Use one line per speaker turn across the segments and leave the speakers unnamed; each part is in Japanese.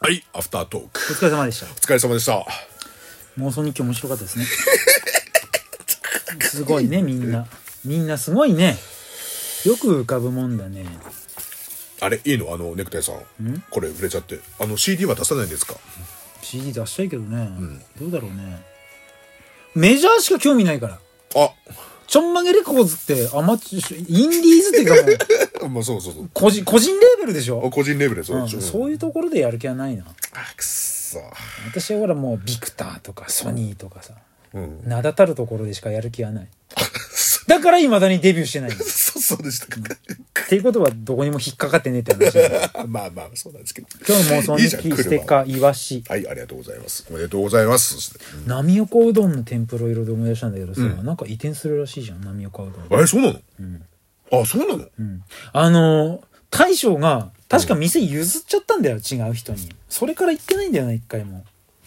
はい、アフタートー
お
ク。
疲れ様でした
お疲れ様でした。
妄想日記面白かった ですねすごいねみんなみんなすごいねよく浮かぶもんだね
あれ、いいのあの、ネクタイさん。これ、触れちゃって。あの、CD は出さないんですか
CD 出したいけどね、どうだろうねメジャーしか興味ないから
あ、
ちょんまげレコーズってアマチュアインディーズっていうかもう
まあ、そうそうそう。
個人個人レーベルでし
あ
ょ、
個人レベルです。
うん、そう
いう。
いうところでやる気はないな
あ、くっそ。
私はほらもうビクターとかソニーとかさ
うん。
名だたるところでしかやる気はないだから未だにデビューしてないんだ
そう、そうでしたか。
っていうことはどこにも引っかかってねえって話だよ
まあまあ、そうなんですけど。
今日もその
い
日
いじゃん
記ステッカーイワシ
はい、ありがとうございます。おめでとうございます。
波岡うどんの天ぷら色で思い出したんだけどさ、なんか移転するらしいじゃん波岡うどん、
あれ、そうなのあ、そうなの
うんあのー大将が確か店譲っちゃったんだよ、違う人にそれから行ってないんだよな一回も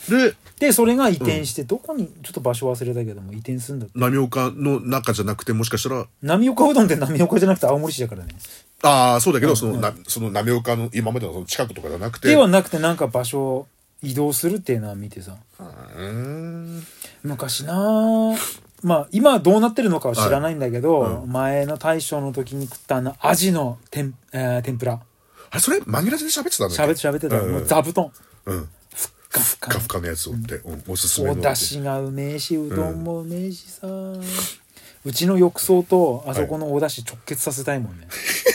で、
でそれが移転して、どこにちょっと場所忘れたけども移転するんだって
波岡の中じゃなくて、もしかしたら、
波岡うどんって波岡じゃなくて青森市だからね
ああ、そうだけど、その、な、その波岡の今までのその近くとかじゃなくて。
ではなくてなんか場所を移動するっていうのは見てさ
うーん。
昔なあまあ今はどうなってるのかは知らないんだけど、
はいうん
前の大将の時に食ったあのアジの天,、えー天ぷら
あれ、それ、紛らずで喋ってたんだっけ
しゃべってしゃべってた、
うんうん
もう座布団
うん。
ガフ
カ
ガ
フカのやつをって、うんおすすめ
お
の。
出汁がうめえしうどんもうめえしさ、うちの浴槽とあそこのお出汁直結させたいもんね、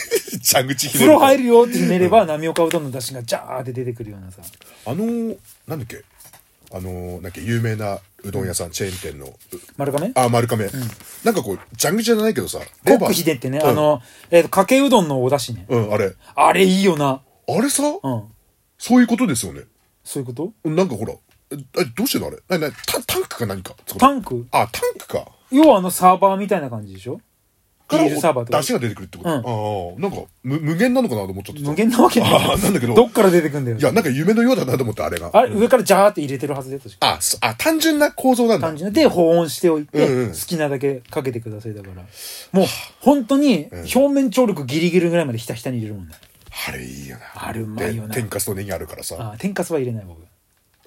蛇口ひね
風呂入
る。
るよってひねれば波岡うどんの出汁がジャーって出てくるようなさ
あのー、なんだっけあのー、なんだっけ有名なうどん屋さん、チェーン店の、う
丸亀
あ、丸亀。なんかこう、蛇口じゃないけどさ、
コ
レ
ッ
バー
クひでってね、
うん
あ、の、えーとかけうどんのお出汁ね、
うん、あれ。
あれいいよな
あれさ、
うん
そういうことですよね。
そういうこと
なんかほら、え、えどうしてんのあれな、な、タタンクか何か
タ
ン
ンク
あ、タンクか。
要はあのサーバーみたいな感じでしょビールサーバーと
から
か
出汁が出てくるってこ
う
と、ああ、なんか、無無限なのかなと思っちゃってた
無限なわけない
あーなんだけど
どっから出てくんだよ
いや、なんか夢のようだなと思って、あれが。
あれ上からジャーって入れてるはずで確か
あ、そあ、単純な構造なんだ
単。純なで保温しておいて、
うんうん
好きなだけかけてくださいだからもう本当に表面張力ギリギリぐらいまでひたひたに入れるもんね
あれいいよな。
あれうまいよな
で天かすとネギあるからさ。
あー天かすは入れない僕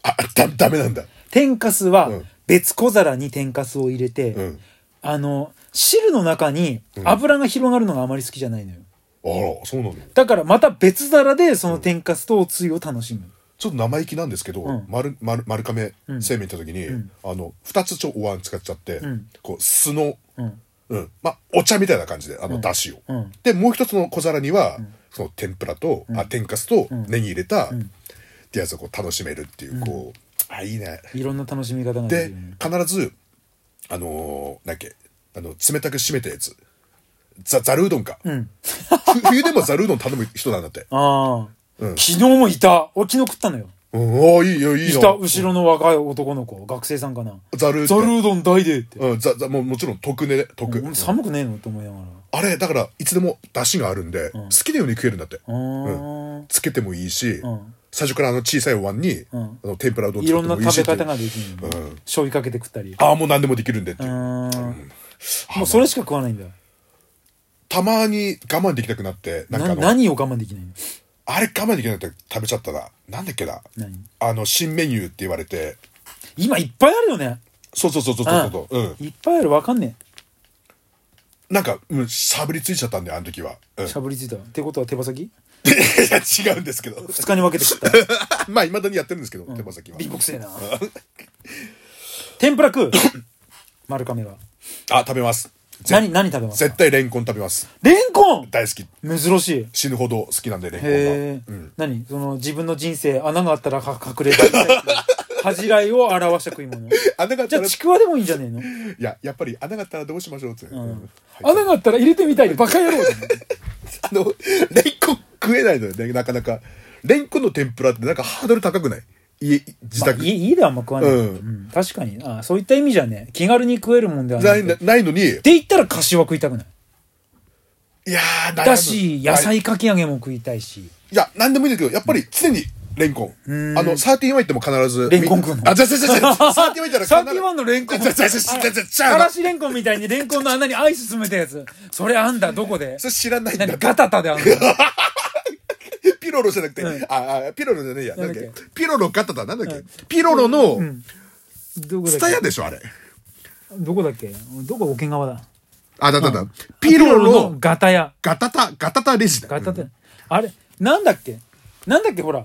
あ、だ、ダメなんだ。
天かすは
うん
別小皿に天かすを入れて、
うん
あの汁の中に油が広がるのがあまり好きじゃないのよ
あら、そうなの
だからまた別皿でその天かすとおつゆを楽しむ、
ちょっと生意気なんですけど、
ん
丸、丸、丸亀製麺行った時に、あの、二つちょお椀使っちゃって、
ん
こう、酢の、
うん
うん。まあ、お茶みたいな感じで、あの、だしを。
うん
で、もう一つの小皿には、その天ぷらと、あ、天かすとネギ入れた、ってやつをこう楽しめるっていう、こう、あ、いいね。
いろんな楽しみ方ができ
で
るよね
必ずあのー、なんだっけあの冷たく締めたやつざざるうどんか、
ん
ふ冬でもざるうどん頼む人なんだって、
ああ、
うん
昨日もいた俺昨日食ったのよ
うん、おーいいよいい
いた
よ
後ろの若い男の子学生さんかな
ざる
ザルうどん大でって、
うんざざもうもちろん特ね特、
俺寒くねえのって思いながら
あれだからいつでも出汁があるんで、好きなように食えるんだって、
あー
つけてもいいし、
ん
最初からあの小さいお椀に、
ん
あの天ぷらうどん
いろんな食べ
って
方ができるの、
うん
醤油かけて食ったり
ああもう何でもできるんでっていうう、
ーんもうそれしか食わないんだよ
たまに我慢できなくなってなんかあ
な
の
何を我慢できないの
あれ我慢できなくて食べちゃったらなんだっけな
何
あの新メニューって言われて
今いっぱいあるよね
そうそうそうそうそうそううん、
いっぱいあるわかんね
なんか、うん、しゃぶりついちゃったんだよあの時は、うん、
えしゃぶりついたってことは手羽先
いや違うんですけど
二日に分けて食った
まあいまだにやってるんですけど、手羽先は
貧乏くせえな天ぷら 食う丸亀は
あ食べますぜ
何何食べますか
絶対レンコン食べます
レンコン
大好き
珍しい
死ぬほど好きなんでレンコ
へえ、
ンが、うん、
何その自分の人生穴があったらか 隠れたい恥じらいを表した食い物じ
穴があった
ゃあ
らい
ちくわでもいいんじゃねえの、
ややっぱり穴があったらどうしましょうって、うん
穴があったら入れてみたいでバカ野郎だね
あのレンコン食えないのよねなかなかレンコンの天ぷらってなんかハードル高くない家 自
まあ、
宅、
家家ではあんま食わない、
う
うんん確かにあそういった意味じゃね気軽に食えるもんではな
ない
いで
なないのにい
言ったらかしは食いたくない
やー悩む
だし野
はい
菜かき揚げも食いたいし
いや、なんでもいいんだけど、やっぱり常にレンコン。あの、サーティワン行っても必ず。
レンコン食うの
あ、じゃじゃじゃじゃ。サーティワン行ったら必ず。
31のレンコン
じゃじゃじゃじゃじゃじ
から
ゃ。
しレンコンみたいにレンコンの穴にアイス詰めたやつそれあんだどこで
それ知らないんだ。
何ガタタであんだ
ピピロロじゃなくて、
うん
ああピロロじゃねえやなんだっ
なん
け
だっ
ピロロ方だなんだっけ、ピロロの
うんどこだ
ツ
っけ
タヤでしょあれ
どこだっけどこ桶川だ
あだだだ、ピロロの
ガタヤ
ガタタガタタレジだ
ガタって、あれなんだっけなんだっけほら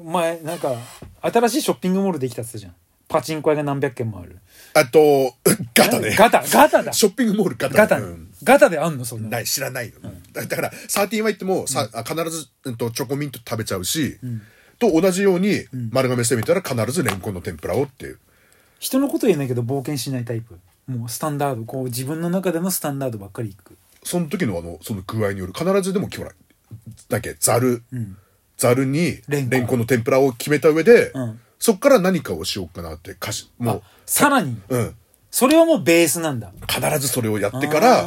お前なんか新しいショッピングモールできたっつったじゃんパチンコ屋が何百軒もある
あとガタね
ガタガタだ
ショッピングモールガタ
ガタ、
うん
ガタであんのそんなの
ない知らないよ、だだから31は行ってもさ、あ必ず、うん、とチョコミント食べちゃうし、と同じように丸亀してみたら必ずレンコンの天ぷらをっていう
人のこと言えないけど冒険しないタイプもうスタンダードこう自分の中でのスタンダードばっかりいく
その時のあのその具合による必ずでもほらだっけざるざるにレ
レンコン
ンコンの天ぷらを決めた上で、
うん
そっから何かをしようかなってかしもう
さらに
うん
それはもうベースなんだ、
必ずそれをやってから
あ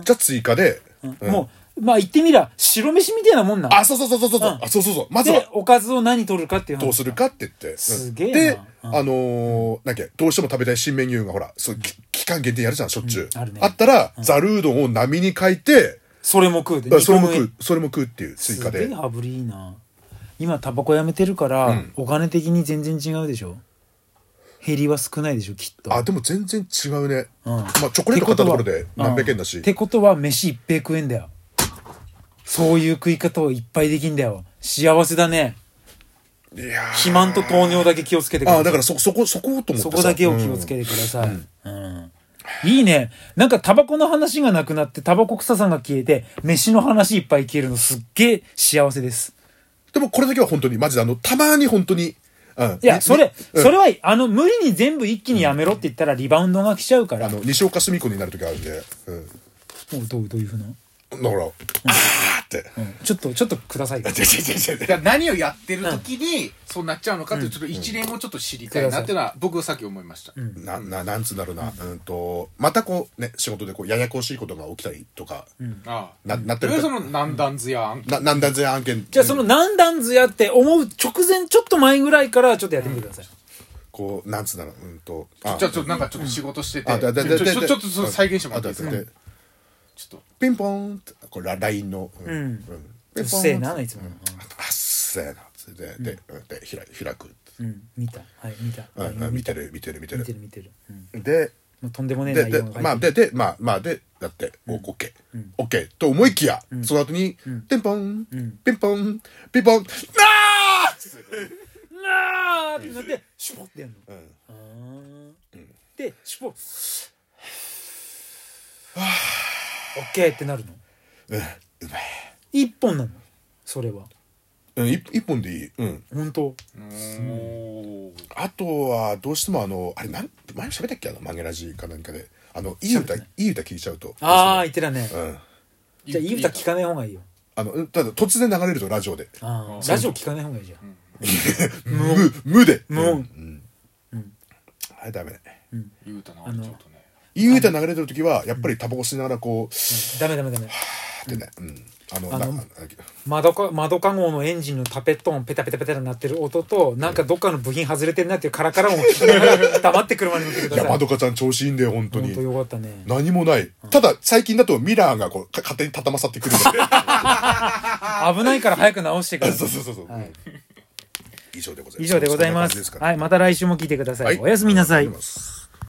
ー
じゃあ追加で、うん
もうまあ言ってみりゃ白飯みたいなもんなん
あそうそうそうそうそう、あそうそうそうまずは
でおかずを何取るかっていう話
どうするかって言って。
すげえな
で、
うん
あのーなんだっけ、どうしても食べたい新メニューがほら、そう、き期間限定やるじゃん、しょっちゅう。
うんあるね
ったら、ザルうどんを波に書いて、
それも食うで
それも食
肉
う、それも食うっていう追加
すげえ
で。
羽振りいいな今タバコやめてるから、
うん
お金的に全然違うでしょ減りは少ないでしょきっと
あ、でも全然違うね。
うん
まあ、チョコレート買ったところで何百円だ
う
し
んっ。てことは飯いっぺい食えんだよそういう食い方をいっぱいできんだよ幸せだね
いやー
肥満と糖尿だけ気をつけてください
あ、だからそ、そこ、そこをと思ってさ
そこだけを気をつけてください、うんいいねなんかタバコの話がなくなってタバコ臭さが消えて飯の話いっぱい消えるのすっげえ幸せです
でもこれだけは本当に、マジであの、たまに本当に、うん。
いや、それ、
うん
それは、あの、無理に全部一気にやめろって言ったらリバウンドが来ちゃうから、
あ
も
の、西岡澄子になる時あるんで、うん。
うどう、どういうふうな、
だから、あーって。
ちょっと、ちょっとください。
違う違う違う違う
だから何をやってる時にそうなっちゃうのかっていうちょっと一連をちょっと知りたいなっていうのは僕はさっき思いました、
なななんつうんだろうな、うん、とまたこうね仕事でこうややこしいことが起きたりとか、
ああ
ななって
それ
る
はその南断図やん
ななんだぜ案件
じゃあ、その何段図やって思う直前、ちょっと前ぐらいから、ちょっとやってみてください。
こうなんつうんだろううんとあ
じゃあちょっとなんかちょっと仕事してて、
あだだ
ち
だ
ょ
だ
ちょ
だ
ちょっとその再現してもらってい
あ
いです
だ
か
だだ
ちょっ
ピンポーンってこれラ LINE のうん、うん
う
ピン
っ
ポ
せえ
ーン
な、いつもの。
あっせえなつってでで,、うん、で開開く、
うん、見た。はい、見た。
うんうん見てる見てる見てる
見てる、見てる。うん
で
もうとんでもねえ
で
内
で
容が入ってる。
まあででまあまあでだって、オッケーオッケーと思いきや、その後に、ピンポン、ピンポンピンポンなあ
なあってなってシュポってやるの、あーでシュポッ オッケーってなるの一本なのそれは
うん、一一本でいい。うん。
本当
とおー
あとは、どうしてもあの、あれ、なん、前も喋ったっけあの、マゲラジかなんかで。あの、いい歌、いい歌聞いちゃうと。
ああ言ってたね、
うん。
じゃあいい歌聞かない方がいいよ
あの、うんただ突然流れるとラジオで。
あーラジオ聞かない方がいいじゃん、
無、無で。
無音
うん。あれダメ。
言うたな
あの
ちょっとね
いい歌流れてる時は、やっぱりタバコ吸いながらこう、
ダメダメダメ
パーってね。うん。あの、
あ
な
の
なんだっけ
窓か窓か号のエンジンのタペット音ペタペタペタになってる音となんかどっかの部品外れてんなっていうカラカラ音 を聞きながら黙って車に乗ってく
い
だ
や、
さ
ま
い
どかちゃん調子いいんだよ、本当
本当
に。
よかったね
何もない。ただ、最近だとミラーがこう、か勝手に畳まさってくるんで。
危ないから早く直してくださ
そ
いう
そうそうそう。
は
う
い
ん以上でございます。
以上でござい
そ
ま。
んな感じですかね
はい、また来週も聞いてください。
はい
おやすみなさ
あり
い
がとうござ。ます